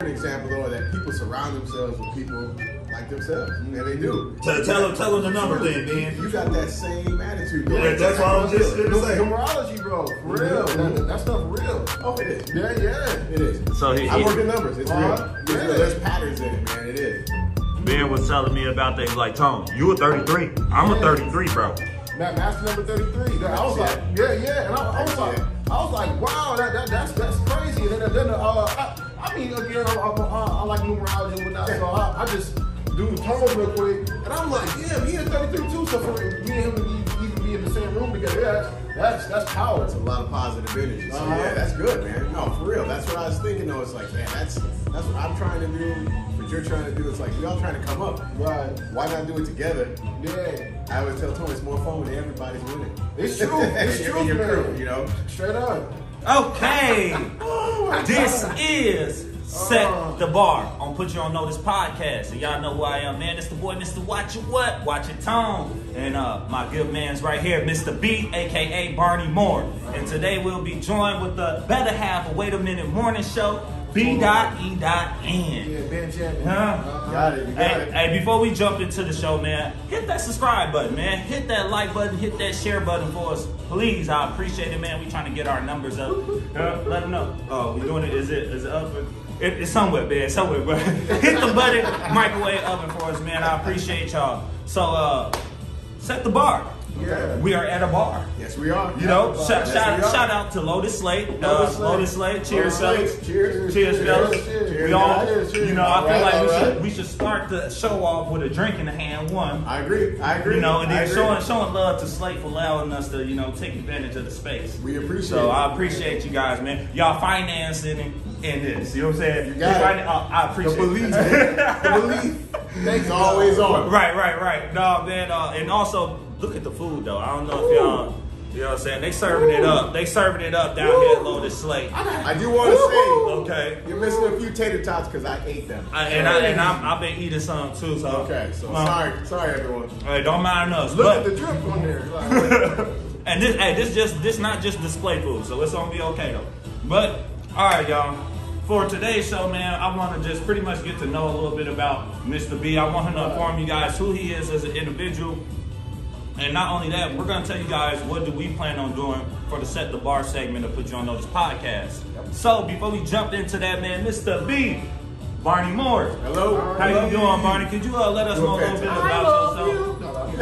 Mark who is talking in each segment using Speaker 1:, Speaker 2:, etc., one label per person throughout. Speaker 1: an example though that people surround themselves with people like themselves, and they do.
Speaker 2: Tell, tell them, tell them the number then, man.
Speaker 1: You got that same attitude.
Speaker 2: Yeah, that's what I was just gonna
Speaker 3: It's
Speaker 2: say.
Speaker 3: like numerology, bro. For real. That, that stuff real.
Speaker 1: Oh, it is.
Speaker 3: Yeah, yeah.
Speaker 1: It is.
Speaker 4: So he,
Speaker 1: I
Speaker 4: he-
Speaker 1: work in numbers. It's
Speaker 3: Uh-huh.
Speaker 1: real. There's,
Speaker 3: Yeah.
Speaker 1: there's patterns in it, man. It is.
Speaker 4: Ben was telling me about that. He's like, Tone, you a 33. I'm a 33, bro.
Speaker 3: That master number 33. That- I was like, yeah, yeah. And I, I was like, I was like, wow, that, that that's that's crazy. And then, then uh, I, I mean, again, I, I, I, I like numerology and whatnot, so I, I just do the tone real quick. And I'm like, yeah, he is 33 too. So for me and him to be, even be in the same room together, yeah, that's that's power.
Speaker 1: It's a lot of positive energy. So
Speaker 3: Uh-huh.
Speaker 1: yeah, that's good, man. No, for real. That's what I was thinking though. It's like, man, that's that's what I'm trying to do. What you're trying to do. It's like y'all trying to come up.
Speaker 3: Right.
Speaker 1: Why not do it together?
Speaker 3: Yeah.
Speaker 1: I always tell Tony it's more fun when everybody's winning.
Speaker 3: It's true. It's true,
Speaker 1: In your
Speaker 3: man.
Speaker 1: crew, you know.
Speaker 3: Straight up.
Speaker 2: Okay.
Speaker 4: Oh This is Set the Bar on Put You On Notice podcast. And y'all know who I am, man. It's the boy, Mr. Watch It What, Watch It Tone. And uh, my good man's right here, Mr. B, aka Barney Moore. And today we'll be joined with the better half of Wait a Minute Morning Show, B. Dot E. Dot N.
Speaker 3: Yeah, Benjamin.
Speaker 4: Huh?
Speaker 1: Got it. You got
Speaker 4: Hey,
Speaker 1: it.
Speaker 4: hey, before we jump into the show, man, hit that subscribe button, man. Hit that like button, hit that share button for us, please. I appreciate it, man. We trying to get our numbers up. Uh, let them know. Oh, we doing it? Is it? Is it up? It, it's somewhere, man. Somewhere, bro. hit the button, microwave oven for us, man. I appreciate y'all. So, uh, set the bar.
Speaker 3: Yeah.
Speaker 4: We are at a bar.
Speaker 1: Yes, we are.
Speaker 4: You know, shout,
Speaker 1: Yes,
Speaker 4: shout,
Speaker 1: we are.
Speaker 4: shout out to Lotus Slate.
Speaker 3: Lotus
Speaker 4: uh,
Speaker 3: Slate.
Speaker 4: Lotus Slate. Cheers, fellas.
Speaker 1: Cheers.
Speaker 4: Cheers,
Speaker 3: Cheers,
Speaker 4: fellas.
Speaker 3: cheers.
Speaker 4: We all,
Speaker 1: Cheers, cheers.
Speaker 4: you know, I feel
Speaker 1: Alright,
Speaker 4: like we
Speaker 1: alright.
Speaker 4: should we should start the show off with a drink in the hand one.
Speaker 1: I agree. I agree.
Speaker 4: You know, and
Speaker 1: I
Speaker 4: then
Speaker 1: agree.
Speaker 4: showing showing love to Slate for allowing us to you know take advantage of the space.
Speaker 1: We appreciate
Speaker 4: So I
Speaker 1: it.
Speaker 4: appreciate you guys, man. Y'all financing in, in this. You know what I'm saying?
Speaker 1: You got
Speaker 4: Right
Speaker 1: it.
Speaker 4: now, I,
Speaker 1: the
Speaker 4: I appreciate. it.
Speaker 1: belief. the belief. It's always on.
Speaker 4: Right, right, right. No, man. Uh, and also, look at the food though. I don't know if y'all, you know what I'm saying? They serving it up. They serving it up down here at Lotus Slate.
Speaker 1: I do want to
Speaker 4: Okay.
Speaker 1: say you're missing a few tater tots because I ate them.
Speaker 4: I, and I and I'm, I've been eating some too. So
Speaker 1: okay, so
Speaker 4: Well,
Speaker 1: sorry, sorry everyone.
Speaker 4: Hey, don't mind us.
Speaker 1: Look at
Speaker 4: but,
Speaker 1: the drip on there.
Speaker 4: and this, hey, this just this not just display food, so it's gonna be okay though. But all right, y'all. For today's show, man, I want to just pretty much get to know a little bit about Mr. B. I want him to inform you guys who he is as an individual, and not only that, we're gonna tell you guys what do we plan on doing for the set the bar segment of Put You on Notice podcast. So before we jump into that, man, Mr. B, Barney Moore,
Speaker 1: Hello.
Speaker 4: how you doing, Barney? Could you uh, let us
Speaker 1: Doing
Speaker 4: know a little bit
Speaker 1: fantastic.
Speaker 4: about yourself?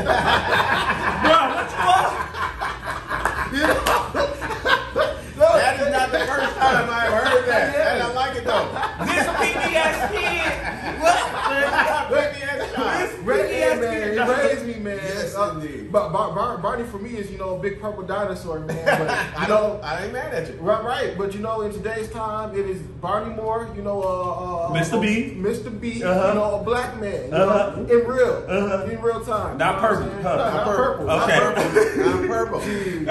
Speaker 4: Bro, what the fuck?
Speaker 1: That is not the first time I heard that, and I like it though.
Speaker 4: This PBS kid. What?
Speaker 1: Baby ass shot.
Speaker 3: Raised
Speaker 4: Yes,
Speaker 3: me, man.
Speaker 4: yes.
Speaker 3: He raised me, man.
Speaker 1: Yes,
Speaker 3: Uh,
Speaker 1: indeed.
Speaker 3: But Bar- Bar- Barney for me is, you know, a big purple dinosaur, man. But
Speaker 1: I don't.
Speaker 3: you know,
Speaker 1: I ain't mad at you.
Speaker 3: right, right. But you know, in today's time, it is Barney Moore, you know, uh, uh,
Speaker 4: Mr. B.
Speaker 3: Mr. B,
Speaker 4: Uh-huh.
Speaker 3: you know, a black man, you
Speaker 4: Uh-huh.
Speaker 3: know, in real,
Speaker 4: Uh-huh.
Speaker 3: in real time.
Speaker 4: Not
Speaker 3: You know what
Speaker 4: purple,
Speaker 3: I'm saying?
Speaker 4: huh.
Speaker 3: No,
Speaker 1: I'm
Speaker 3: not
Speaker 1: purple.
Speaker 3: purple.
Speaker 4: Okay.
Speaker 1: I'm purple. I'm purple.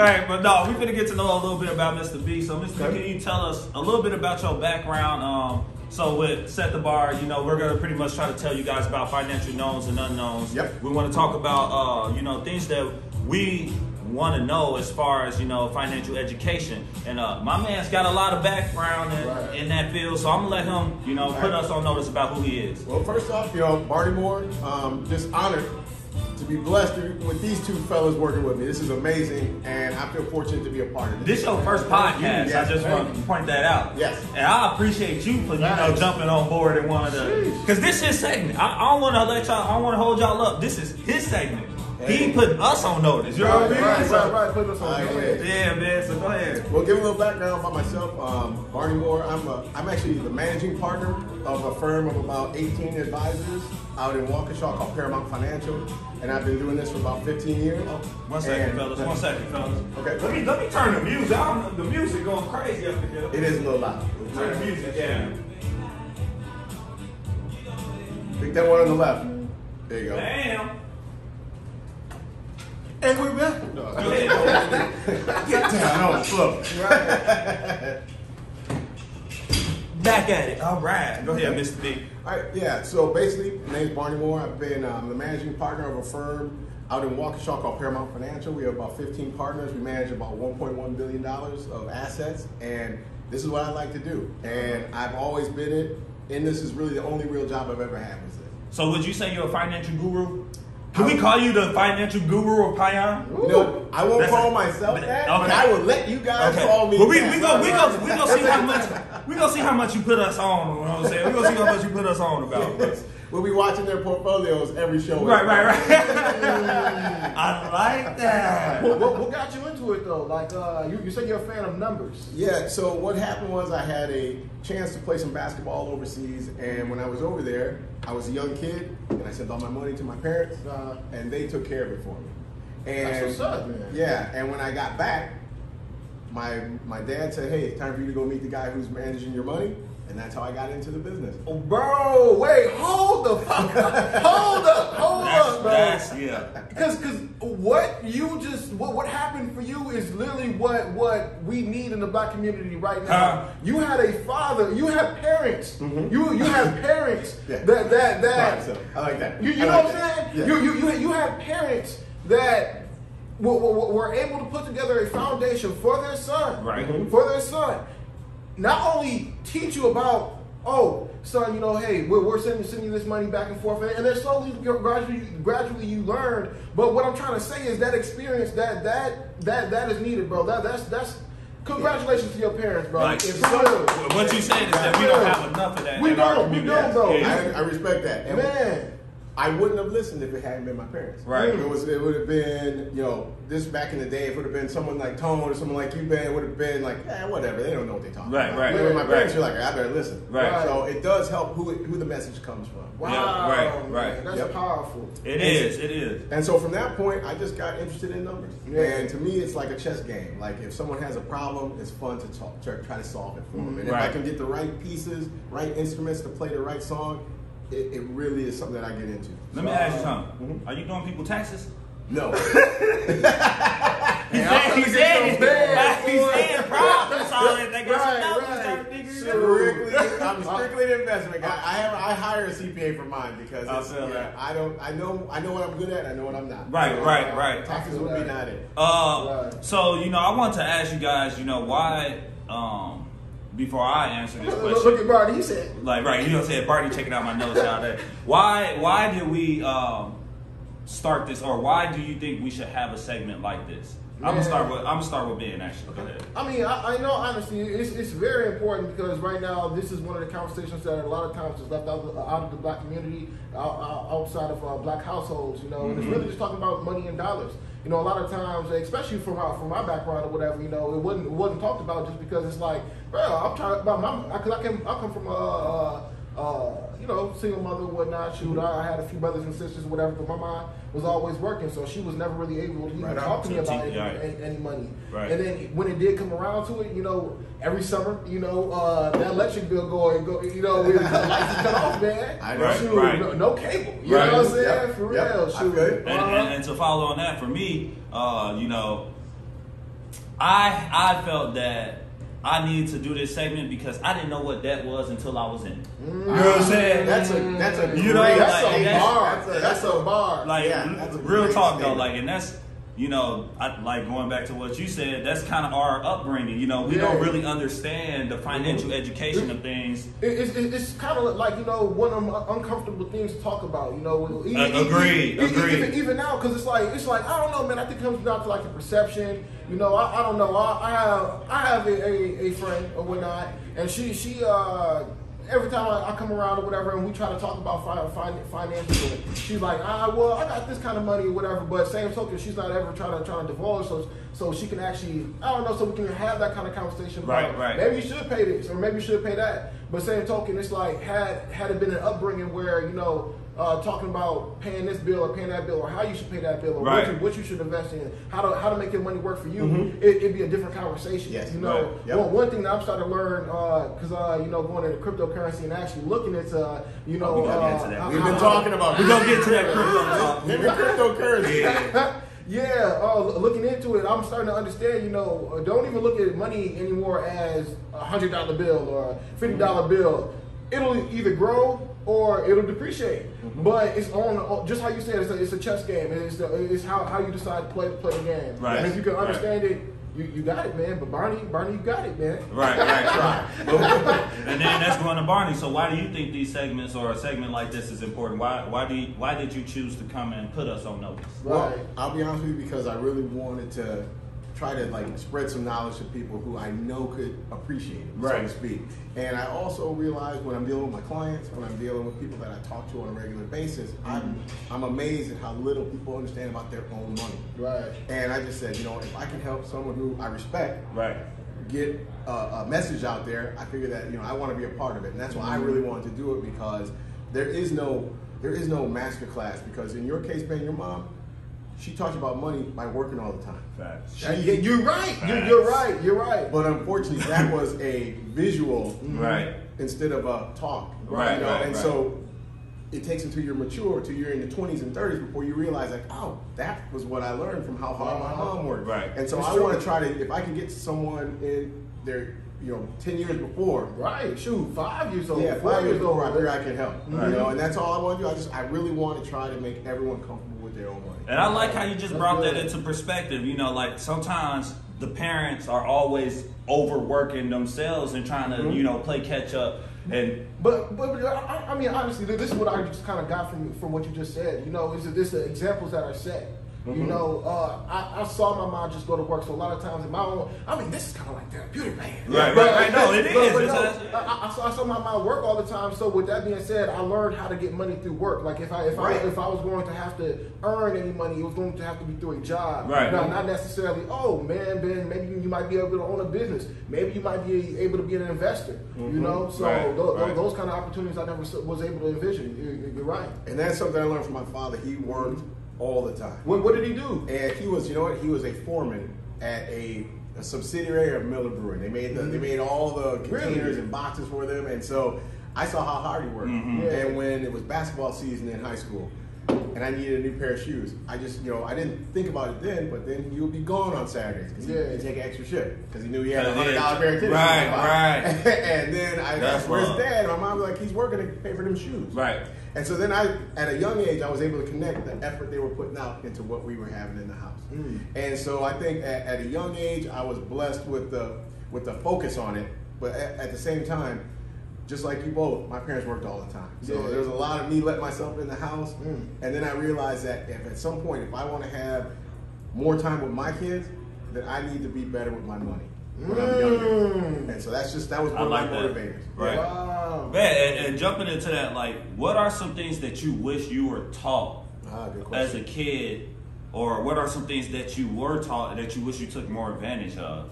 Speaker 4: All right, but no, we're gonna get to know a little bit about Mr. B. So, Mr. B, can you tell us a little bit about your background? Um, so with set the bar, you know, we're gonna pretty much try to tell you guys about financial knowns and unknowns.
Speaker 1: Yep.
Speaker 4: We want to talk about, uh, you know, things that we want to know as far as you know financial education. And uh, my man's got a lot of background in,
Speaker 3: Right.
Speaker 4: in that field, so I'm gonna let him, you know, put
Speaker 1: Right.
Speaker 4: us on notice about who he is.
Speaker 1: Well, first off, you know, Barty Moore, um, just honored to be blessed to- with these two fellas working with me. This is amazing, and I feel fortunate to be a part of this.
Speaker 4: This your first podcast.
Speaker 1: Yes,
Speaker 4: I just
Speaker 1: thank
Speaker 4: want to point that out.
Speaker 1: Yes.
Speaker 4: And I appreciate you for you know
Speaker 3: Nice.
Speaker 4: jumping on board and one of the because this is segment. I, I don't want to let y'all. I don't want to hold y'all up. This is his segment. He put us on notice. You know what I
Speaker 3: Right,
Speaker 4: mean?
Speaker 3: right,
Speaker 4: So-
Speaker 3: right, right. Put us on.
Speaker 1: I
Speaker 3: yeah.
Speaker 1: agree.
Speaker 4: Yeah, man. So go ahead.
Speaker 1: Well, give a little background about myself. Um, Barney Moore. I'm a, I'm actually the managing partner of a firm of about 18 advisors out in Waukesha called Paramount Financial, and I've been doing this for about 15 years.
Speaker 4: Oh, One second,
Speaker 1: Oh, And-
Speaker 4: fellas. One second, fellas.
Speaker 1: Okay.
Speaker 4: Let me let me turn the music. I don't, know, the music going crazy up in here.
Speaker 1: It is a little loud.
Speaker 4: Turn the music down.
Speaker 1: Pick that one on the left. There you go.
Speaker 4: Damn.
Speaker 3: And we're back. No.
Speaker 4: Go ahead.
Speaker 1: Get down. That was slow.
Speaker 4: Back at it. All right. Go ahead, Mr. B.
Speaker 1: All right, yeah. So basically, my name's Barney Moore. I've been um, the managing partner of a firm out in Waukesha called Paramount Financial. We have about 15 partners. We manage about 1.1 billion dollars of assets, and this is what I like to do. And I've always been it. and this is really the only real job I've ever had was this.
Speaker 4: So would you say you're a financial guru? Can we call you the financial guru of Payan?
Speaker 1: No, I won't
Speaker 4: That's
Speaker 1: call
Speaker 4: it.
Speaker 1: myself
Speaker 4: But-
Speaker 1: that, but
Speaker 4: okay.
Speaker 1: I will let you guys
Speaker 4: Okay.
Speaker 1: call me.
Speaker 4: Well, we
Speaker 1: that.
Speaker 4: we go we go we go see how much we gonna see how much you put us on. You know what I'm saying? We gonna see how much you put us on about.
Speaker 1: We'll be watching their portfolios every show.
Speaker 4: Right, right, right. I like that.
Speaker 3: What, what, what got you into it though? Like uh, you, you said you're a fan of numbers.
Speaker 1: Yeah, so what happened was I had a chance to play some basketball overseas, and when I was over there, I was a young kid, and I sent all my money to my parents, uh,
Speaker 3: Uh-huh.
Speaker 1: and they took care of it for me. And
Speaker 3: That's what's up, man.
Speaker 1: Yeah, and when I got back, my my dad said, "Hey, it's time for you to go meet the guy who's managing your money," and that's how I got into the business.
Speaker 3: Oh, bro, wait, hold the fuck up, hold up, hold
Speaker 4: That's,
Speaker 3: up, bro.
Speaker 4: that's yeah.
Speaker 3: Cause, cause what you just what what happened for you is literally what what we need in the black community right now.
Speaker 4: Huh.
Speaker 3: You had a father, you have parents, you you have parents
Speaker 1: Yeah.
Speaker 3: that that
Speaker 1: Right,
Speaker 3: that
Speaker 1: so I like that.
Speaker 3: you, you
Speaker 1: I
Speaker 3: know
Speaker 1: like
Speaker 3: what I'm
Speaker 1: that.
Speaker 3: saying?
Speaker 1: Yeah.
Speaker 3: You, you you you have parents that were, were, were able to put together a foundation for their son,
Speaker 4: Right. Mhm.
Speaker 3: For their son, not only teach you about oh son, you know, hey, we're, we're sending sending you this money back and forth, and, and then slowly gradually gradually you learn. But what I'm trying to say is that experience that that that that is needed, bro. That that's that's. Congratulations to your parents, bro.
Speaker 4: Like,
Speaker 3: It's
Speaker 4: so-
Speaker 3: real.
Speaker 4: what you said is that we don't have enough of that
Speaker 3: We
Speaker 4: in our
Speaker 3: don't, we
Speaker 4: community.
Speaker 3: don't, bro.
Speaker 4: Yeah.
Speaker 1: I, I respect that. And
Speaker 3: Man.
Speaker 1: I wouldn't have listened if it hadn't been my parents.
Speaker 4: Right.
Speaker 1: It was. It would have been. You know, this back in the day, if it would have been someone like Tone or someone like you, man, it would have been like, eh, whatever. They don't know what they're talking
Speaker 4: Right,
Speaker 1: about.
Speaker 4: right,
Speaker 1: But with my
Speaker 4: right.
Speaker 1: parents, you're like, I better listen.
Speaker 4: Right.
Speaker 1: So it does help who it, who the message comes from.
Speaker 3: Wow,
Speaker 4: Yeah, right,
Speaker 3: man,
Speaker 4: right.
Speaker 3: That's
Speaker 1: Yep.
Speaker 3: powerful.
Speaker 4: It is. It is.
Speaker 1: And so from that point, I just got interested in numbers.
Speaker 3: Yeah.
Speaker 1: And to me, it's like a chess game. Like if someone has a problem, it's fun to talk, try, try to solve it for them. And if
Speaker 4: Right.
Speaker 1: I can get the right pieces, right instruments to play the right song, it, it really is something that I get into.
Speaker 4: Let me ask you something.
Speaker 3: Mm-hmm.
Speaker 4: Are you doing people taxes?
Speaker 1: No.
Speaker 4: He
Speaker 3: I'm gonna get some bad,
Speaker 4: He
Speaker 3: boy.
Speaker 4: said problems. All that. They got
Speaker 3: Right,
Speaker 4: some numbers,
Speaker 3: right.
Speaker 4: start figuring it out.
Speaker 1: strictly, I'm strictly an investment guy. I have, I hire a CPA for mine because
Speaker 4: I
Speaker 1: it's,
Speaker 4: feel
Speaker 1: yeah,
Speaker 4: that.
Speaker 1: I don't I know I know what I'm good at. I know what I'm not.
Speaker 4: Right,
Speaker 1: So,
Speaker 4: right,
Speaker 1: uh,
Speaker 4: right.
Speaker 1: Taxes would be not it.
Speaker 4: Uh,
Speaker 3: Right.
Speaker 4: so you know, I want to ask you guys, you know, why? Um, before I answer this
Speaker 3: Look,
Speaker 4: question,
Speaker 3: look at Barney. He said,
Speaker 4: like right, you know, what I'm saying Barney checking out my notes out there. Why? Why did we um, start this, or why do you think we should have a segment like this? I'm gonna
Speaker 3: Man.
Speaker 4: start with I'm gonna start with Ben actually. Go ahead.
Speaker 3: I mean, I, I know honestly, it's, it's very important because right now this is one of the conversations that a lot of times is left out, of- out of the black community, out, out- outside of uh, black households. You know, and it's really just talking about money and dollars. You know, a lot of times, especially from my, from my background or whatever, you know, it wasn't it wasn't talked about just because it's like, bro, I'm talking about my, because I, came I come from a. Uh, uh, you know, single mother and whatnot. Shoot, I, I had a few brothers and sisters, whatever. But my mom was always working, so she was never really able to even
Speaker 1: Right on.
Speaker 3: talk to me
Speaker 4: To- to-
Speaker 3: about it,
Speaker 4: yeah.
Speaker 3: any, any money.
Speaker 4: Right.
Speaker 3: And then and when it did come around to it, you know, every summer, you know, uh, that electric bill going, go, you know, we the lights cut off, man.
Speaker 1: I know.
Speaker 3: Shoot,
Speaker 4: Right, right.
Speaker 3: No, no cable. You
Speaker 4: Right.
Speaker 3: know what I'm saying?
Speaker 1: Yep,
Speaker 3: For
Speaker 1: yep. I
Speaker 3: real, shoot.
Speaker 1: feel it.
Speaker 4: and, and, and to follow on that for me, uh, you know, I I felt that I needed to do this segment because I didn't know what that was until I was in. it.
Speaker 1: Mm.
Speaker 4: You know what I'm saying?
Speaker 1: That's a that's a
Speaker 4: You know,
Speaker 1: great-
Speaker 3: that's,
Speaker 4: like,
Speaker 3: a
Speaker 4: that's-
Speaker 3: bar.
Speaker 1: that's
Speaker 3: That's
Speaker 1: a-
Speaker 3: a,
Speaker 1: that's a-
Speaker 3: bar.
Speaker 4: like
Speaker 1: Yeah, that's a
Speaker 4: real
Speaker 1: great
Speaker 4: talk
Speaker 1: statement.
Speaker 4: though like and that's you know I, like going back to what you said that's kind of our upbringing you know we
Speaker 3: Yeah.
Speaker 4: don't really understand the financial education of things
Speaker 3: It- it's, it's, it's kind of like you know one of them uncomfortable things to talk about. You know, even,
Speaker 4: Uh, agreed,
Speaker 3: even,
Speaker 4: agreed.
Speaker 3: Even, even now, because it's like it's like I don't know, man. I think it comes down to like the perception. You know, I, I don't know. I, I have I have a, a, a friend or whatnot, and she she uh every time I, I come around or whatever, and we try to talk about fin- fin- finances, and she's like, ah, well, I got this kind of money or whatever. But same token, she's not ever trying to trying to divulge, so so she can actually I don't know, so we can have that kind of conversation. about
Speaker 4: Right,
Speaker 3: it.
Speaker 4: right.
Speaker 3: Maybe you should pay this or maybe you should pay that. But same token, it's like had had it been an upbringing where you know uh, talking about paying this bill or paying that bill or how you should pay that bill or
Speaker 4: Right.
Speaker 3: what, you, what you should invest in, how to how to make your money work for you, it, it'd be a different conversation.
Speaker 1: Yes,
Speaker 3: you know,
Speaker 1: Mm-hmm. right. Yep.
Speaker 3: one, one thing that I'm starting to learn because uh, you know going into cryptocurrency and actually looking at uh, you know
Speaker 4: we gotta
Speaker 3: uh,
Speaker 4: get into that.
Speaker 3: how-
Speaker 1: We've
Speaker 3: how-
Speaker 1: been talking about
Speaker 4: we're gonna get to that crypto talk
Speaker 1: Maybe cryptocurrency.
Speaker 3: yeah, uh, looking into it, I'm starting to understand. You know, uh, don't even look at money anymore as a hundred dollar bill or a fifty dollar
Speaker 1: Mm-hmm.
Speaker 3: bill. It'll either grow or it'll depreciate.
Speaker 1: Mm-hmm.
Speaker 3: But it's on uh, just how you uh, said. It's a, it's a chess game. It's, the it's how, how you decide to play play the game.
Speaker 4: Right.
Speaker 3: And if you can
Speaker 4: Right.
Speaker 3: understand it, you you, you got it, man. But Barney, Barney, you got it, man.
Speaker 1: Mm-hmm.
Speaker 4: Right, right, right. But- and then that's going to Barney. So why do you think these segments or a segment like this is important? Why why do you, why did you choose to come and put us on notice?
Speaker 1: Well,
Speaker 3: Right.
Speaker 1: I'll be honest with you because I really wanted to try to like spread some knowledge to people who I know could appreciate it, so to
Speaker 4: Right.
Speaker 1: speak. And I also realized when I'm dealing with my clients, when I'm dealing with people that I talk to on a regular basis, I'm I'm amazed at how little people understand about their own money.
Speaker 3: Right.
Speaker 1: And I just said, you know, if I can help someone who I respect
Speaker 4: Right.
Speaker 1: get a, a message out there, I figure that you know I want to be a part of it, and that's why I really wanted to do it because there is no there is no master class because in your case, man, your mom she taught you about money by working all the time.
Speaker 4: Facts.
Speaker 1: She-
Speaker 3: And you- you're right. You, you're right. You're right.
Speaker 1: but unfortunately, that was a visual Mm-hmm.
Speaker 4: Right.
Speaker 1: instead of a talk,
Speaker 4: Right,
Speaker 1: You know,
Speaker 4: right,
Speaker 1: and
Speaker 4: right.
Speaker 1: so. It takes until you're mature, till you're in the 20s and 30s, before you realize, like, oh, that was what I learned from how hard my mom worked.
Speaker 4: Right.
Speaker 1: And so
Speaker 3: It's
Speaker 1: I
Speaker 3: true.
Speaker 1: want to try to, if I can get someone in their, you know, 10 years before,
Speaker 3: right. Shoot, five years old.
Speaker 1: yeah,
Speaker 3: four
Speaker 1: five years old, right
Speaker 3: man.
Speaker 1: there, I can help.
Speaker 4: Right.
Speaker 1: You know, and that's all I want to do. I just, I really want to try to make everyone comfortable with their own money.
Speaker 4: And I like how you just
Speaker 3: That's
Speaker 4: brought that
Speaker 3: good.
Speaker 4: into perspective. You know, like sometimes the parents are always overworking themselves and trying to,
Speaker 3: Mm-hmm.
Speaker 4: you know, play catch up. And
Speaker 3: But but, but I, I mean, honestly, th- this is what I just kind of got from from what you just said. You know, it's this the examples that are set.
Speaker 4: Mm-hmm.
Speaker 3: You know, uh, I, I saw my mom just go to work, so a lot of times in my own, I mean, this is kind of like therapeutic, man.
Speaker 4: Right,
Speaker 3: But-
Speaker 4: right, right. No, it
Speaker 3: but-
Speaker 4: is.
Speaker 3: but
Speaker 4: It's
Speaker 3: no,
Speaker 4: a-
Speaker 3: I, I, saw, I saw my mom work all the time. So with that being said, I learned how to get money through work. Like if I if
Speaker 1: Right.
Speaker 3: I if I was going to have to earn any money, it was going to have to be through a job.
Speaker 4: Right.
Speaker 3: Now, not necessarily. Oh man, Ben, maybe you might be able to own a business. Maybe you might be able to be an investor.
Speaker 4: Mm-hmm.
Speaker 3: You know, so
Speaker 4: Right,
Speaker 3: tho- tho-
Speaker 4: right.
Speaker 3: those kind of opportunities I never s- was able to envision. You're, you're right.
Speaker 1: And that's something I learned from my father. He worked all the time.
Speaker 3: What, what did he do?
Speaker 1: and he was, you know what? He was a foreman at a, a subsidiary of Miller Brewing. They made the, they made all the containers
Speaker 3: Really?
Speaker 1: and boxes for them, and so I saw how hard he worked.
Speaker 3: Yeah.
Speaker 1: And when it was basketball season in high school, and I needed a new pair of shoes, I just, you know, I didn't think about it then, but then he would be gone on Saturdays because
Speaker 3: Yeah.
Speaker 1: he would take an extra shift because he knew he had a
Speaker 4: Because he
Speaker 1: hundred
Speaker 4: had-
Speaker 1: dollar pair of tennis
Speaker 4: Right,
Speaker 1: shoes to buy.
Speaker 4: right.
Speaker 1: and then I
Speaker 4: That's
Speaker 1: asked, "Where's
Speaker 4: wrong.
Speaker 1: dad?" My mom was like, "He's working to pay for them shoes."
Speaker 4: Right.
Speaker 1: And so then I, at a young age, I was able to connect the effort they were putting out into what we were having in the house. And so I think at, at a young age, I was blessed with the with the focus on it. But at, at the same time, just like you both, my parents worked all the time. So
Speaker 3: Yeah.
Speaker 1: there's a lot of me let myself in the house. And then I realized that if at some point, if I want to have more time with my kids, then I need to be better with my money when I'm younger. And so that's just that was one
Speaker 4: I like
Speaker 1: of my
Speaker 4: that.
Speaker 1: motivators.
Speaker 4: Right.
Speaker 3: Wow.
Speaker 4: Man, and, and jumping into that, like, what are some things that you wish you were taught
Speaker 1: Ah, good question.
Speaker 4: as a kid, or what are some things that you were taught that you wish you took more advantage of,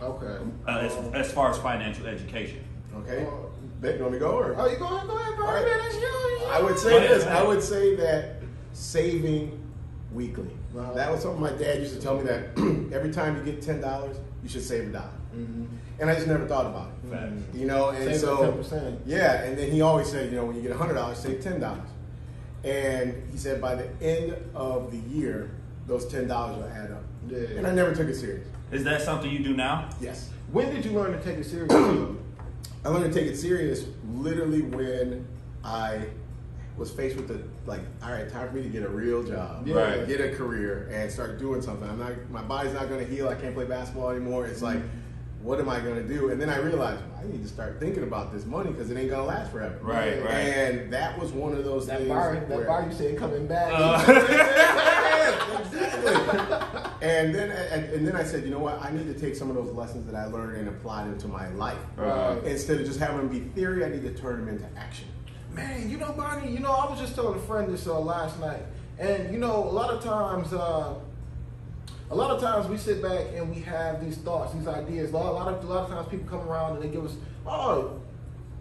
Speaker 3: Okay.
Speaker 4: uh, as, as far as financial education?
Speaker 1: Okay. Vic, you want me to go or?
Speaker 3: Oh, you go ahead, go ahead, bro.
Speaker 1: All right.
Speaker 3: Man, that's you.
Speaker 1: I would
Speaker 4: Go
Speaker 1: say
Speaker 4: ahead,
Speaker 1: this.
Speaker 4: go ahead.
Speaker 1: I would say that saving weekly.
Speaker 3: Wow.
Speaker 1: That was something my dad used to tell me that every time you get ten dollars, you should save a dollar. And I just never thought about it.
Speaker 4: Facts.
Speaker 1: You know, and
Speaker 3: Mm-hmm.
Speaker 1: so
Speaker 3: Save that 10%.
Speaker 1: yeah. And then he always said, you know, when you get hundred dollars, save ten dollars. And he said by the end of the year, those ten dollars will add up.
Speaker 3: Yeah.
Speaker 1: And I never took it serious.
Speaker 4: Is that something you do now?
Speaker 1: Yes.
Speaker 3: When did you learn to take it seriously?
Speaker 1: I learned to take it serious literally when I was faced with the like, all right, time for me to get a real job,
Speaker 3: Yeah. Right.
Speaker 1: Get a career and start doing something. I'm not, my body's not going to heal. I can't play basketball anymore. It's like, what am I going to do? And then I realized well, I need to start thinking about this money because it ain't going to last forever.
Speaker 4: Right, right.
Speaker 1: And that was one of those
Speaker 3: that
Speaker 1: things.
Speaker 3: bar, that
Speaker 1: where- Uh,
Speaker 3: bar you said coming back.
Speaker 1: and then and, and then I said, you know what? I need to take some of those lessons that I learned and apply them to my life.
Speaker 4: Uh-huh.
Speaker 3: Right.
Speaker 1: Instead of just having them be theory, I need to turn them into action.
Speaker 3: Man, you know, Bonnie, you know, I was just telling a friend this uh, last night, and you know, a lot of times, uh, a lot of times we sit back and we have these thoughts, these ideas. A lot, a lot of, a lot of times people come around and they give us, oh,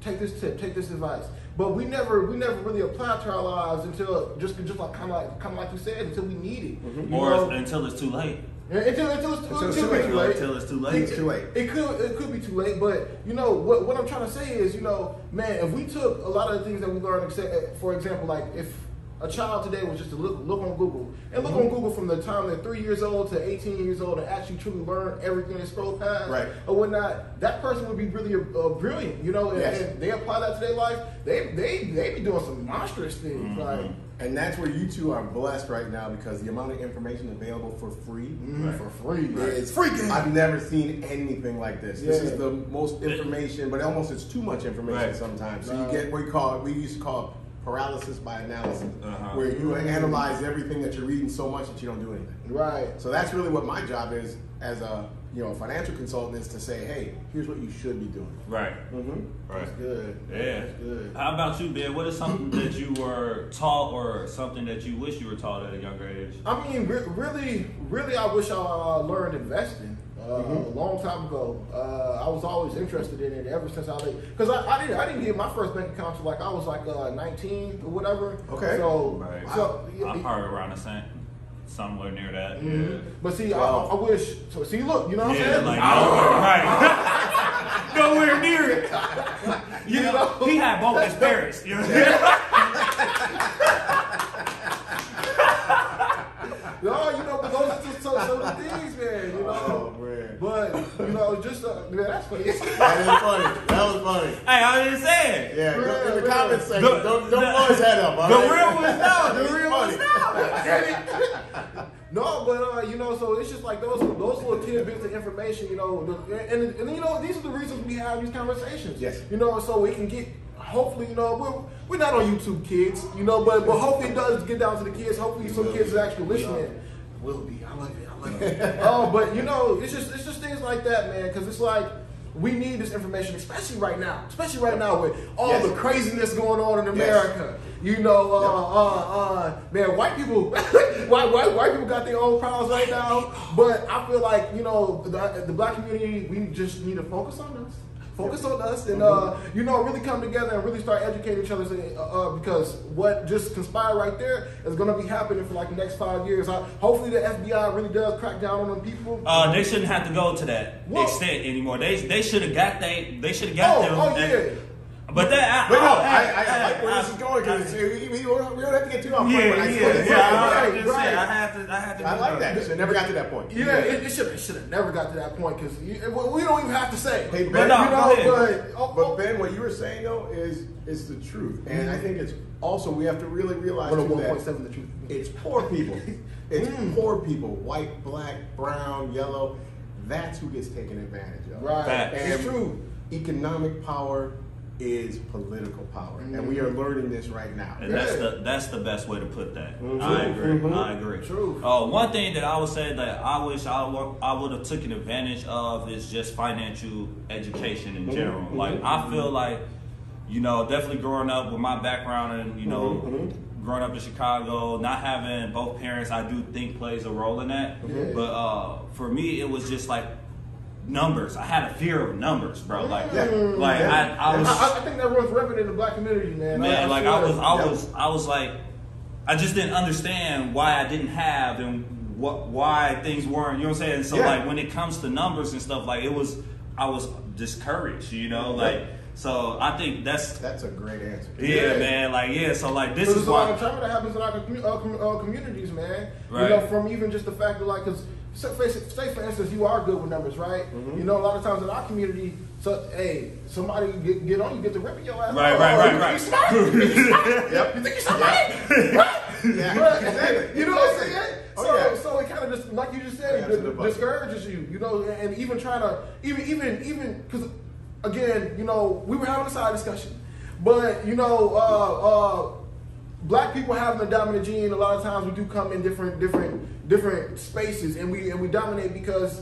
Speaker 3: take this tip, take this advice, but we never, we never really apply it to our lives until just, just like kind of like, kind of like you said, until we need it. You
Speaker 4: Mm-hmm. Or
Speaker 3: know?
Speaker 4: is- until it's too late?
Speaker 3: Yeah, Until, until, it's,
Speaker 1: Until
Speaker 3: until,
Speaker 1: it's
Speaker 3: it's
Speaker 1: too late.
Speaker 3: too late.
Speaker 4: Until it's too late.
Speaker 3: It-
Speaker 1: It's too late.
Speaker 3: It could it could be too late, but you know what what I'm trying to say is, you know, man, if we took a lot of the things that we learned, except, for eh, example, like if a child today was just to look look on Google and look on Google from the time they're three years old to 18 years old and actually truly learn everything they scroll past
Speaker 1: Right.
Speaker 3: or whatnot. That person would be really uh, brilliant, you know. And,
Speaker 1: Yes.
Speaker 3: and they apply that to their life. They they they be doing some monstrous things like.
Speaker 1: And that's where you two are blessed right now because the amount of information available for free, mm, for free, it's freaking. I've never seen anything like this. This
Speaker 3: Yeah.
Speaker 1: is the most information, but almost it's too much information
Speaker 4: Right.
Speaker 1: sometimes. So
Speaker 3: Right.
Speaker 1: you get what we call we used to call it paralysis by analysis,
Speaker 4: Uh-huh.
Speaker 1: where you analyze everything that you're reading so much that you don't do anything.
Speaker 3: Right.
Speaker 1: So that's really what my job is as a you know financial consultant is to say, hey, here's what you should be doing.
Speaker 4: Right.
Speaker 1: Mm-hmm.
Speaker 4: Right.
Speaker 3: Good.
Speaker 4: Yeah.
Speaker 3: Good.
Speaker 4: How about you, Ben? What is something that you were taught or something that you wish you were taught at a younger age?
Speaker 3: I mean, re- really, really, I wish I uh, learned investing uh, a long time ago. Uh, I was always interested in it ever since I was because I, I didn't I didn't get my first bank account till like I was like uh, 19 or whatever.
Speaker 1: Okay.
Speaker 3: So,
Speaker 4: Right.
Speaker 3: so
Speaker 4: I'm probably around the same, somewhere near that.
Speaker 3: Mhm.
Speaker 4: Yeah.
Speaker 3: But see,
Speaker 1: Wow.
Speaker 3: I, I wish. So see, look, you know what I'm
Speaker 4: Yeah,
Speaker 3: saying?
Speaker 4: like
Speaker 3: I-
Speaker 4: nowhere, right. nowhere near it. You know, he had both his parents. You know?
Speaker 3: No, you know, but those are just some, some of the things, man. You know.
Speaker 1: Oh man,
Speaker 3: But you know, just uh, man, that's funny.
Speaker 1: that is funny. That was funny.
Speaker 4: hey, I was just saying.
Speaker 1: Yeah,
Speaker 3: Real,
Speaker 1: go, in the
Speaker 3: real.
Speaker 1: comments section,
Speaker 4: The-
Speaker 1: don't, don't
Speaker 4: the-
Speaker 1: blow his head up. all
Speaker 4: The
Speaker 1: right?
Speaker 4: real one's out. The
Speaker 1: It's
Speaker 4: real one's
Speaker 1: funny.
Speaker 4: out.
Speaker 3: No, but uh, you know, so it's just like those those little tidbits of information, you know, the, and, and you know these are the reasons we have these conversations.
Speaker 1: Yes.
Speaker 3: You know, so we can get hopefully, you know, we're, we're not on YouTube, kids, you know, but but hopefully it does get down to the kids. Hopefully some
Speaker 1: will
Speaker 3: kids
Speaker 1: be.
Speaker 3: are actually listening. Will be. I like it. I like it. Oh, but you know, it's just it's just things like that, man, because it's like. We need this information, especially right now. Especially right now with all
Speaker 1: Yes.
Speaker 3: the craziness going on in
Speaker 1: Yes.
Speaker 3: America. You know, uh, uh, uh, man, white people, white, white, white people got their own problems right now. But I feel like you know, the, the black community, we just need to focus on us, focus on us, and uh,
Speaker 1: Mm-hmm.
Speaker 3: you know, really come together and really start educating each other. so, Uh, uh, because what just conspired right there is going to be happening for like the next five years. I, hopefully, the FBI really does crack down on them people.
Speaker 4: Uh, they shouldn't have to go to that
Speaker 3: What?
Speaker 4: extent anymore. They they should have got they they should have got
Speaker 3: Oh,
Speaker 4: them.
Speaker 3: oh,
Speaker 4: and- But that I,
Speaker 1: But no,
Speaker 4: I-
Speaker 1: I, I,
Speaker 4: Oh, I-
Speaker 1: I like where this is going because we, we, don't- we don't have to get too off
Speaker 4: Yeah,
Speaker 1: point. but I
Speaker 4: yeah,
Speaker 1: swear
Speaker 4: yeah.
Speaker 1: to
Speaker 4: I- I
Speaker 1: God,
Speaker 3: right,
Speaker 4: was just saying, I
Speaker 3: right.
Speaker 4: had to, I had to.
Speaker 1: I like that. It never got to that point.
Speaker 3: Yeah, it, it should it should have never got to that point because we don't even have to say.
Speaker 1: Hey,
Speaker 4: But
Speaker 1: Ben,
Speaker 4: no,
Speaker 1: you know,
Speaker 4: go ahead.
Speaker 3: but, oh,
Speaker 1: but
Speaker 3: oh,
Speaker 1: Ben, what you were saying though is is the truth, and I think it's also we have to really realize
Speaker 3: One of
Speaker 1: too,
Speaker 3: one
Speaker 1: that
Speaker 3: point seven, the truth.
Speaker 1: It's poor people. It's
Speaker 4: Hmm.
Speaker 1: poor people. White, black, brown, yellow. That's who gets taken advantage of.
Speaker 3: Right.
Speaker 4: Facts.
Speaker 1: And
Speaker 3: It's true.
Speaker 1: Economic power is political power, and we are
Speaker 3: Mm-hmm.
Speaker 1: learning this right now.
Speaker 4: And that's
Speaker 3: Yeah.
Speaker 4: the that's the best way to put that. I agree. I agree.
Speaker 3: True.
Speaker 4: Uh, one thing that I would say that I wish I wa- I would have taken advantage of is just financial education in general. Like I feel like, you know, definitely growing up with my background and you know, growing up in Chicago, not having both parents, I do think plays a role in that.
Speaker 3: Mhm.
Speaker 4: But uh, for me, it was just like numbers. I had a fear of numbers, bro. Like,
Speaker 1: Yeah.
Speaker 4: like
Speaker 1: Yeah.
Speaker 4: I, I was.
Speaker 3: I, I- I think that runs rampant in the black community, man.
Speaker 4: Man,
Speaker 3: I-
Speaker 4: like
Speaker 3: swear.
Speaker 4: I was, I
Speaker 1: Yeah.
Speaker 4: was, I was like, I just didn't understand why I didn't have and what why things weren't. You know what I'm saying? So
Speaker 1: Yeah.
Speaker 4: like when it comes to numbers and stuff, like it was, I was discouraged. You know, like so I think that's
Speaker 1: That's a great answer.
Speaker 4: yeah,
Speaker 3: Yeah.
Speaker 4: man. Like yeah, so like this
Speaker 3: Because
Speaker 4: is
Speaker 3: there's a lot
Speaker 4: why.
Speaker 3: of trauma that happens in our commu- uh, com- uh, communities, man.
Speaker 4: Right.
Speaker 3: You know, from even just the fact that, like, because say for instance, you are good with numbers, right?
Speaker 4: Mm-hmm.
Speaker 3: You know, a lot of times in our community, so hey, somebody get, get on you, get to ripping your ass.
Speaker 4: Right,
Speaker 3: off.
Speaker 4: right,
Speaker 3: Oh,
Speaker 4: right,
Speaker 3: you
Speaker 4: right.
Speaker 3: think You smart? You
Speaker 1: Yep.
Speaker 3: think you smart? You think you somebody? Right?
Speaker 1: Yeah,
Speaker 3: But,
Speaker 1: exactly.
Speaker 3: You know what I'm saying?
Speaker 1: Oh,
Speaker 3: so,
Speaker 1: yeah.
Speaker 3: so it kind of just like you just
Speaker 1: Yeah,
Speaker 3: said,
Speaker 1: to
Speaker 3: it
Speaker 1: the
Speaker 3: d-
Speaker 1: button.
Speaker 3: discourages you, you know, and and even trying to even even even because again, you know, we were having a side discussion, but you know, uh, uh, black people having a dominant gene. A lot of times we do come in different different different spaces, and we and we dominate because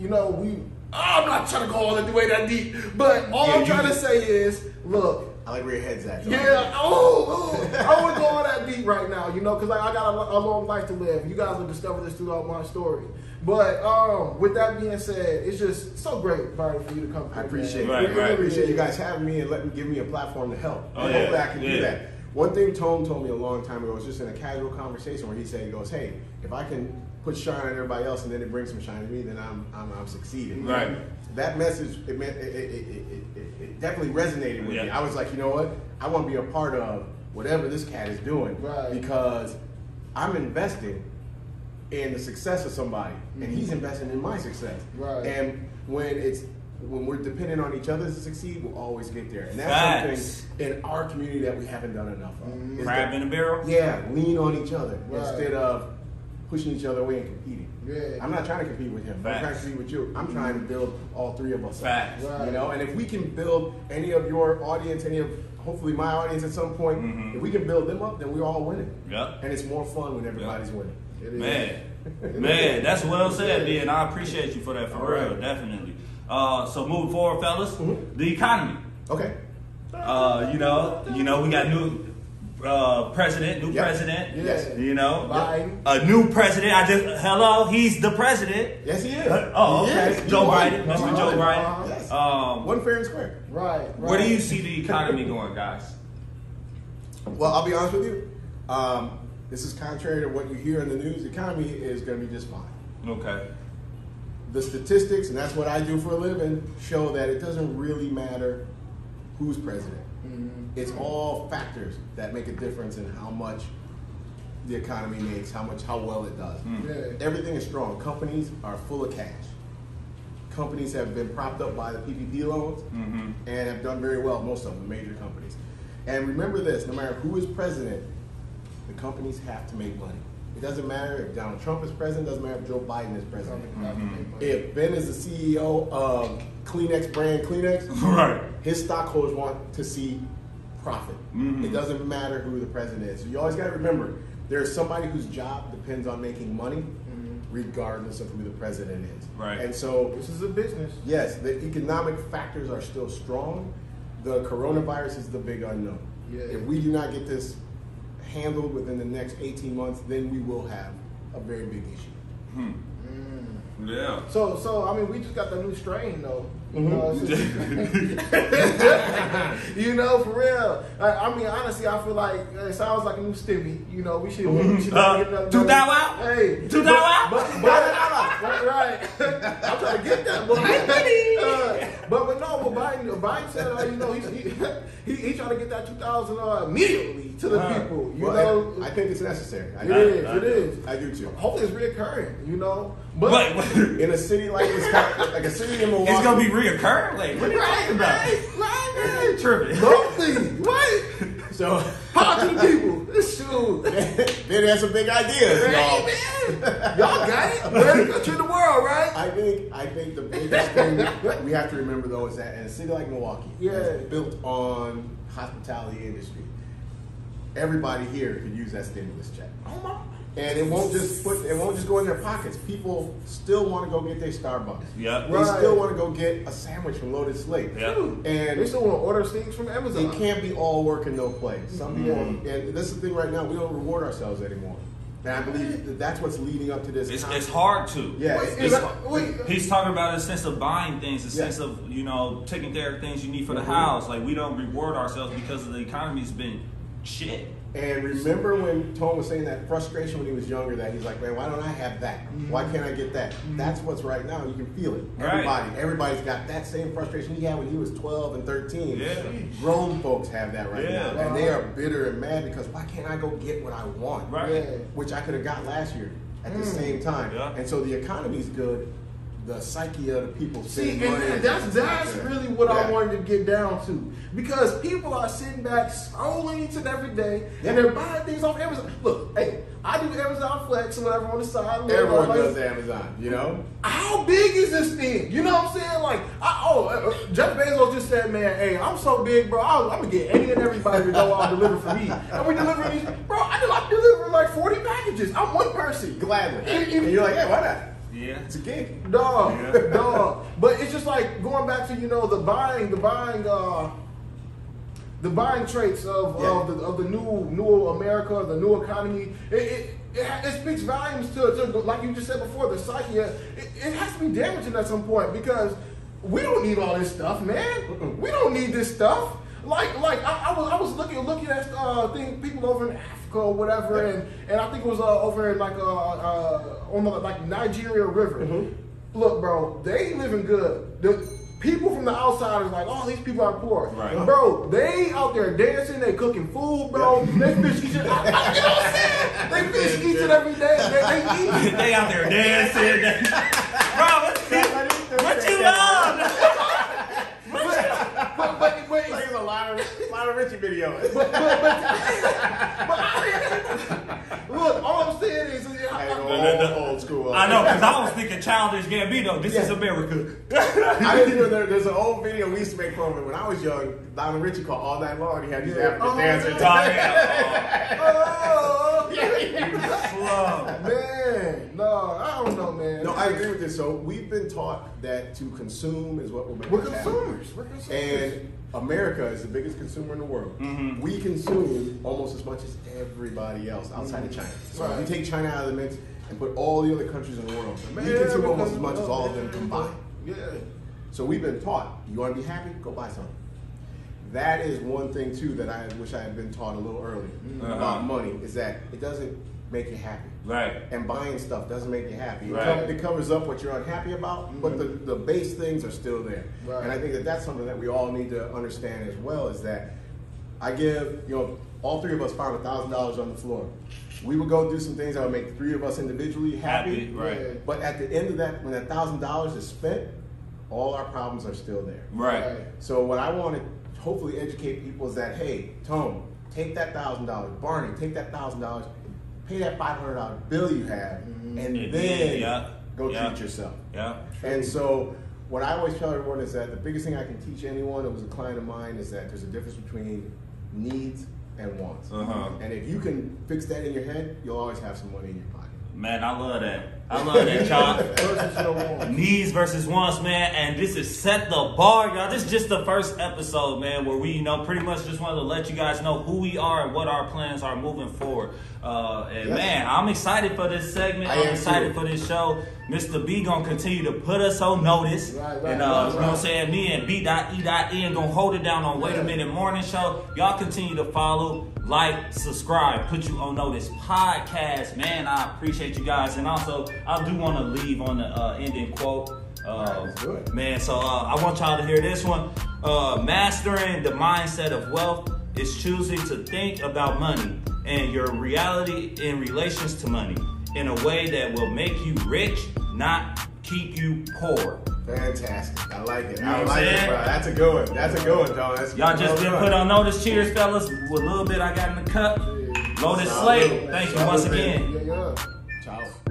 Speaker 3: you know we. I'm not trying to go all the way that deep, but all
Speaker 4: Yeah,
Speaker 3: I'm
Speaker 4: you-
Speaker 3: trying to say is, look,
Speaker 1: I like where your head's at. though.
Speaker 3: yeah. Oh, oh, I wouldn't go on that beat right now, you know, because like, I got a, a long life to live. You guys will discover this throughout my story. But um, with that being said, it's just so great, Barney, for you to come.
Speaker 1: I
Speaker 3: here,
Speaker 1: appreciate it.
Speaker 3: man.
Speaker 4: Right,
Speaker 1: Really
Speaker 4: right.
Speaker 1: appreciate you guys having me and letting give me a platform to help.
Speaker 4: Oh,
Speaker 1: And
Speaker 4: yeah,
Speaker 1: Hopefully I can
Speaker 4: yeah.
Speaker 1: do that. One thing Tone told me a long time ago was just in a casual conversation where he said, he goes, hey, if I can put shine on everybody else and then it brings some shine to me, then I'm, I'm, I'm succeeding.
Speaker 4: Right.
Speaker 1: That message, it, meant, it, it, it, it, it, it definitely resonated with me.
Speaker 4: Yeah.
Speaker 1: I was like, you know what? I want to be a part of whatever this cat is doing
Speaker 3: Right.
Speaker 1: because I'm invested in the success of somebody, and he's investing in my success.
Speaker 3: Mm-hmm. Right.
Speaker 1: And when it's when we're dependent on each other to succeed, we'll always get there. And that's
Speaker 4: Facts.
Speaker 1: something in our community that we haven't done enough of. is the-
Speaker 4: Crab in a barrel.
Speaker 1: yeah, lean on each other
Speaker 3: Mm-hmm. Right.
Speaker 1: instead of pushing each other away and competing.
Speaker 3: Yeah. Mm-hmm.
Speaker 1: I'm not trying to compete with him. I'm trying
Speaker 4: Facts.
Speaker 1: to compete with you. I'm trying to build all three of us. up,
Speaker 4: Facts.
Speaker 3: Right.
Speaker 1: You know, and if we can build any of your audience, any of hopefully my audience at some point,
Speaker 4: Mm-hmm.
Speaker 1: if we can build them up, then we're all winning.
Speaker 4: Yep.
Speaker 1: And it's more fun when everybody's winning.
Speaker 3: It is.
Speaker 4: Man, man, that's well said, B, and I appreciate you for that for
Speaker 1: All
Speaker 4: real,
Speaker 1: right.
Speaker 4: definitely. Uh, so moving forward, fellas,
Speaker 1: Mhm.
Speaker 4: the economy.
Speaker 1: Okay.
Speaker 4: Uh, you know, you know, we got new uh, president, new
Speaker 1: Yep.
Speaker 4: president.
Speaker 1: Yes.
Speaker 4: You know,
Speaker 3: Biden.
Speaker 4: a new president. I just hello, he's the president.
Speaker 1: Yes, he is.
Speaker 4: Oh,
Speaker 1: He
Speaker 4: okay.
Speaker 1: is. He
Speaker 4: Joe
Speaker 1: won.
Speaker 4: Biden,
Speaker 1: He
Speaker 4: Mr.
Speaker 1: won.
Speaker 4: Joe
Speaker 3: Biden.
Speaker 1: Yes.
Speaker 4: Biden. Um,
Speaker 1: One fair and square.
Speaker 3: Right. right.
Speaker 4: where do you see the economy going, guys?
Speaker 1: Well, I'll be honest with you. Um, this is contrary to what you hear in the news. The economy is going to be just fine.
Speaker 4: Okay.
Speaker 1: the statistics, and that's what I do for a living, show that it doesn't really matter who's president. It's all factors that make a difference in how much the economy makes, how much, how well it does.
Speaker 3: Yeah.
Speaker 1: Everything is strong. Companies are full of cash. Companies have been propped up by the PPP loans and have done very well, most of them, major companies. And remember this no matter who is president, the companies have to make money. It doesn't matter if Donald Trump is president, doesn't matter if Joe Biden is president.
Speaker 3: Mm-hmm.
Speaker 1: Mm-hmm. If Ben is the CEO of Kleenex brand Kleenex,
Speaker 4: Right.
Speaker 1: his stockholders want to see profit.
Speaker 4: Mm-hmm.
Speaker 1: It doesn't matter who the president is. So you always got to remember there's somebody whose job depends on making money,
Speaker 3: Mm-hmm.
Speaker 1: regardless of who the president is.
Speaker 4: Right.
Speaker 1: And so,
Speaker 3: This is a business.
Speaker 1: yes, the economic factors are still strong. The coronavirus is the big unknown.
Speaker 3: Yeah.
Speaker 1: If we do not get this handled within the next 18 months, then we will have a very big issue.
Speaker 4: Yeah.
Speaker 3: So, so I mean, we just got the new strain though. You,
Speaker 4: Mm-hmm.
Speaker 1: Mhm.
Speaker 3: know, it's- you know, for real. I, I mean, honestly, I feel like it sounds like a new stimmy. You know, we should. We should
Speaker 4: Uh,
Speaker 3: get another-
Speaker 4: do that wow?
Speaker 3: Hey,
Speaker 4: Do that wow?
Speaker 3: but, but, right, right. I'm trying to get that boy. Uh, but but no, but Biden, Biden said, uh, you know, he's, he, he he trying to get that 2,000 uh, immediately to the
Speaker 4: Uh,
Speaker 3: people. You
Speaker 1: Well,
Speaker 3: know,
Speaker 1: I think it's necessary. I
Speaker 3: it
Speaker 1: do.
Speaker 3: is,
Speaker 4: I-
Speaker 3: it is.
Speaker 1: I do too.
Speaker 3: Hopefully, it's reoccurring. You know,
Speaker 4: But
Speaker 1: In a city like this, like a city in Milwaukee,
Speaker 4: it's gonna be reoccurring. Like, what are you talking about?
Speaker 3: Right, right,
Speaker 4: You
Speaker 3: right.
Speaker 4: Tripping.
Speaker 3: Lonely, right?
Speaker 1: so.
Speaker 3: Talk to the people. Shoot.
Speaker 1: Ben has some big ideas, y'all.
Speaker 3: Hey, man. Y'all got it? We're the country in the world, right?
Speaker 1: I think I think the biggest thing that we have to remember though is that in a city like Milwaukee,
Speaker 3: Yeah.
Speaker 1: that's built on hospitality industry, everybody here could use that stimulus check,
Speaker 3: Oh, my.
Speaker 1: and it won't just put it won't just go in their pockets. People still want to go get their Starbucks.
Speaker 4: Yep.
Speaker 1: They still
Speaker 3: Right.
Speaker 1: want to go get a sandwich from Loaded Slate.
Speaker 4: Yep.
Speaker 3: Dude,
Speaker 1: And-
Speaker 3: they still want to order things from Amazon.
Speaker 1: It can't be all work and no play. Some people,
Speaker 3: Mhm.
Speaker 1: and that's the thing right now, we don't reward ourselves anymore. And I believe that that's what's leading up to this.
Speaker 4: It's,
Speaker 1: con-
Speaker 4: it's hard to.
Speaker 1: Yeah,
Speaker 3: Wait,
Speaker 1: it's,
Speaker 3: is
Speaker 1: it's,
Speaker 3: that- wait.
Speaker 4: He's talking about a sense of buying things, a
Speaker 1: Yeah.
Speaker 4: sense of you know taking care of things you need for the house. Like we don't reward ourselves because the economy's been shit.
Speaker 1: And remember when Tone was saying that frustration when he was younger that he's like, man, why don't I have that? Why can't I get that? That's what's right now. You can feel it.
Speaker 4: Right.
Speaker 1: Everybody, everybody's got that same frustration he had when he was 12 and 13.
Speaker 4: Yeah.
Speaker 1: Grown folks have that right
Speaker 4: Yeah.
Speaker 1: now. And they are bitter and mad because why can't I go get what I want?
Speaker 4: Right.
Speaker 3: Yeah.
Speaker 1: Which I could have got last year at
Speaker 3: Mm.
Speaker 1: the same time.
Speaker 4: Yeah.
Speaker 1: And so the economy's good. The psyche of the people
Speaker 3: See,
Speaker 1: spending
Speaker 3: and,
Speaker 1: money
Speaker 3: and
Speaker 1: is
Speaker 3: that's
Speaker 1: just
Speaker 3: that's
Speaker 1: not there.
Speaker 3: really what I
Speaker 1: Yeah.
Speaker 3: wanted to get down to because people are sitting back scrolling each and every day,
Speaker 1: Yeah.
Speaker 3: and they're buying things off Amazon. Look, hey, I do Amazon Flex and whatever on the side.
Speaker 1: Everyone
Speaker 3: Like,
Speaker 1: does Amazon, you know?
Speaker 3: How big is this thing? You know what I'm saying? Like, I, oh, uh, uh, Jeff Bezos just said, man, hey, I'm so big, bro. I'm, I'm gonna get any and everybody to know I'll deliver for me. And we deliver these, bro. I do like deliver like 40 packages. I'm one person.
Speaker 1: Gladly.
Speaker 3: And- and-
Speaker 1: And you're like, hey, why not?
Speaker 4: Yeah.
Speaker 1: It's a gig.
Speaker 3: Dog,
Speaker 4: Yeah.
Speaker 3: dog. But it's just like going back to you know the buying, the buying, uh, the buying traits of
Speaker 1: Yeah.
Speaker 3: of, the, of the new new America, the new economy. It it, it, ha- it speaks volumes to, to like you just said before the psyche. It, it has to be damaging at some point because we don't need all this stuff, man. We don't need this stuff. Like like I, I was I was looking looking at uh thing people over in Africa or whatever, and and I think it was uh, over in like uh, uh on the like Nigeria River. Look, bro, they ain't living good. The People from the outside is like, oh, these people are poor.
Speaker 4: Right.
Speaker 3: Bro, they out there dancing, they cooking food, bro. They fish each other. I, you know what I'm saying? They fish each and every day. They, they eat.
Speaker 4: they out there dancing. Bro, what, what you love?
Speaker 3: But, but, but,
Speaker 1: Like it's a lot of, lot of Richie video.
Speaker 3: look, all I'm saying is, is I-
Speaker 1: oh,
Speaker 3: I-
Speaker 1: old, old school.
Speaker 4: I know, because I was thinking childish Gambino. This is America.
Speaker 1: I didn't even there, there's an old video we used to make from it when I was young. Donald Richie called all night long. He had these African
Speaker 3: Oh,
Speaker 1: dancers.
Speaker 4: Dog, yeah.
Speaker 3: oh,
Speaker 4: Whoa.
Speaker 3: man, no, I don't know, man.
Speaker 1: No, I agree with this. So we've been taught that to consume is what will make
Speaker 3: We're
Speaker 1: us happy.
Speaker 3: consumers. We're consumers.
Speaker 1: And America is the biggest consumer in the world.
Speaker 3: Mm-hmm.
Speaker 1: We consume almost as much as everybody else outside of China. So
Speaker 3: Mm-hmm. Right.
Speaker 1: if you take China out of the mix and put all the other countries in the world, we
Speaker 3: Yeah,
Speaker 1: consume
Speaker 3: because-
Speaker 1: almost as much as all of them combined.
Speaker 3: Yeah.
Speaker 1: So we've been taught, you want to be happy, go buy something. That is one thing too that I wish I had been taught a little earlier
Speaker 4: Uh-huh.
Speaker 1: about money is that it doesn't make you happy.
Speaker 4: Right.
Speaker 1: And buying stuff doesn't make you happy. It
Speaker 4: Right. Mm-hmm.
Speaker 1: co- It covers up what you're unhappy about, but the, the base things are still there.
Speaker 3: Right.
Speaker 1: And I think that that's something that we all need to understand as well is that I give, you know, all three of us found $1,000 on the floor. We would go do some things that would make the three of us individually
Speaker 4: Happy, right.
Speaker 3: Yeah.
Speaker 1: but at the end of that, when that thousand dollars is spent, all our problems are still there.
Speaker 4: Right.
Speaker 1: So what I want to hopefully educate people is that hey, Tone, take that thousand dollars, Barney, take that thousand dollars, pay that five hundred dollar bill you have, and
Speaker 4: Yeah,
Speaker 1: then
Speaker 4: yeah,
Speaker 1: go
Speaker 4: yeah.
Speaker 1: treat yourself.
Speaker 4: Yeah.
Speaker 1: And so, what I always tell everyone is that the biggest thing I can teach anyone that was a client of mine is that there's a difference between needs and wants.
Speaker 4: Uh-huh.
Speaker 1: And if you can fix that in your head, you'll always have some money in your pocket.
Speaker 4: Man, I love that. I love that, y'all.
Speaker 3: Versus your wants.
Speaker 4: Needs versus wants, man, and this is set the bar, y'all. This is just the first episode, man, where we, you know, pretty much just wanted to let you guys know who we are and what our plans are moving forward. Uh, and
Speaker 1: Yes.
Speaker 4: man, I'm excited for this segment.
Speaker 1: I
Speaker 4: I'm
Speaker 1: am
Speaker 4: excited
Speaker 1: too.
Speaker 4: for this show. Mr. B gonna continue to put us on notice,
Speaker 3: Right, right,
Speaker 4: and uh, you know
Speaker 3: right,
Speaker 4: what I'm
Speaker 3: right.
Speaker 4: saying. Me and B dot E dot N gonna hold it down on Wait a
Speaker 3: Yeah.
Speaker 4: Minute Morning Show. Y'all continue to follow, like, subscribe, put you on notice podcast, man. I appreciate you guys, and also I do want to leave on the uh, ending quote. Uh,
Speaker 1: let's do it.
Speaker 4: man, so uh, I want y'all to hear this one. Uh, mastering the mindset of wealth is choosing to think about money and your reality in relations to money in a way that will make you rich, not keep you poor.
Speaker 1: Fantastic. I like it.
Speaker 4: know
Speaker 1: I
Speaker 4: what
Speaker 1: like
Speaker 4: I'm
Speaker 1: it,
Speaker 4: saying?
Speaker 1: bro. That's a good one. That's a good one, dog. That's
Speaker 4: Y'all just
Speaker 1: well
Speaker 4: been
Speaker 1: done.
Speaker 4: put on notice. Cheers, fellas. With a little bit I got in the cup. Loaded
Speaker 1: Salute.
Speaker 4: slate. Thank you
Speaker 1: Salute,
Speaker 4: once
Speaker 1: man.
Speaker 4: again.
Speaker 3: Yeah, yeah.
Speaker 1: Ciao.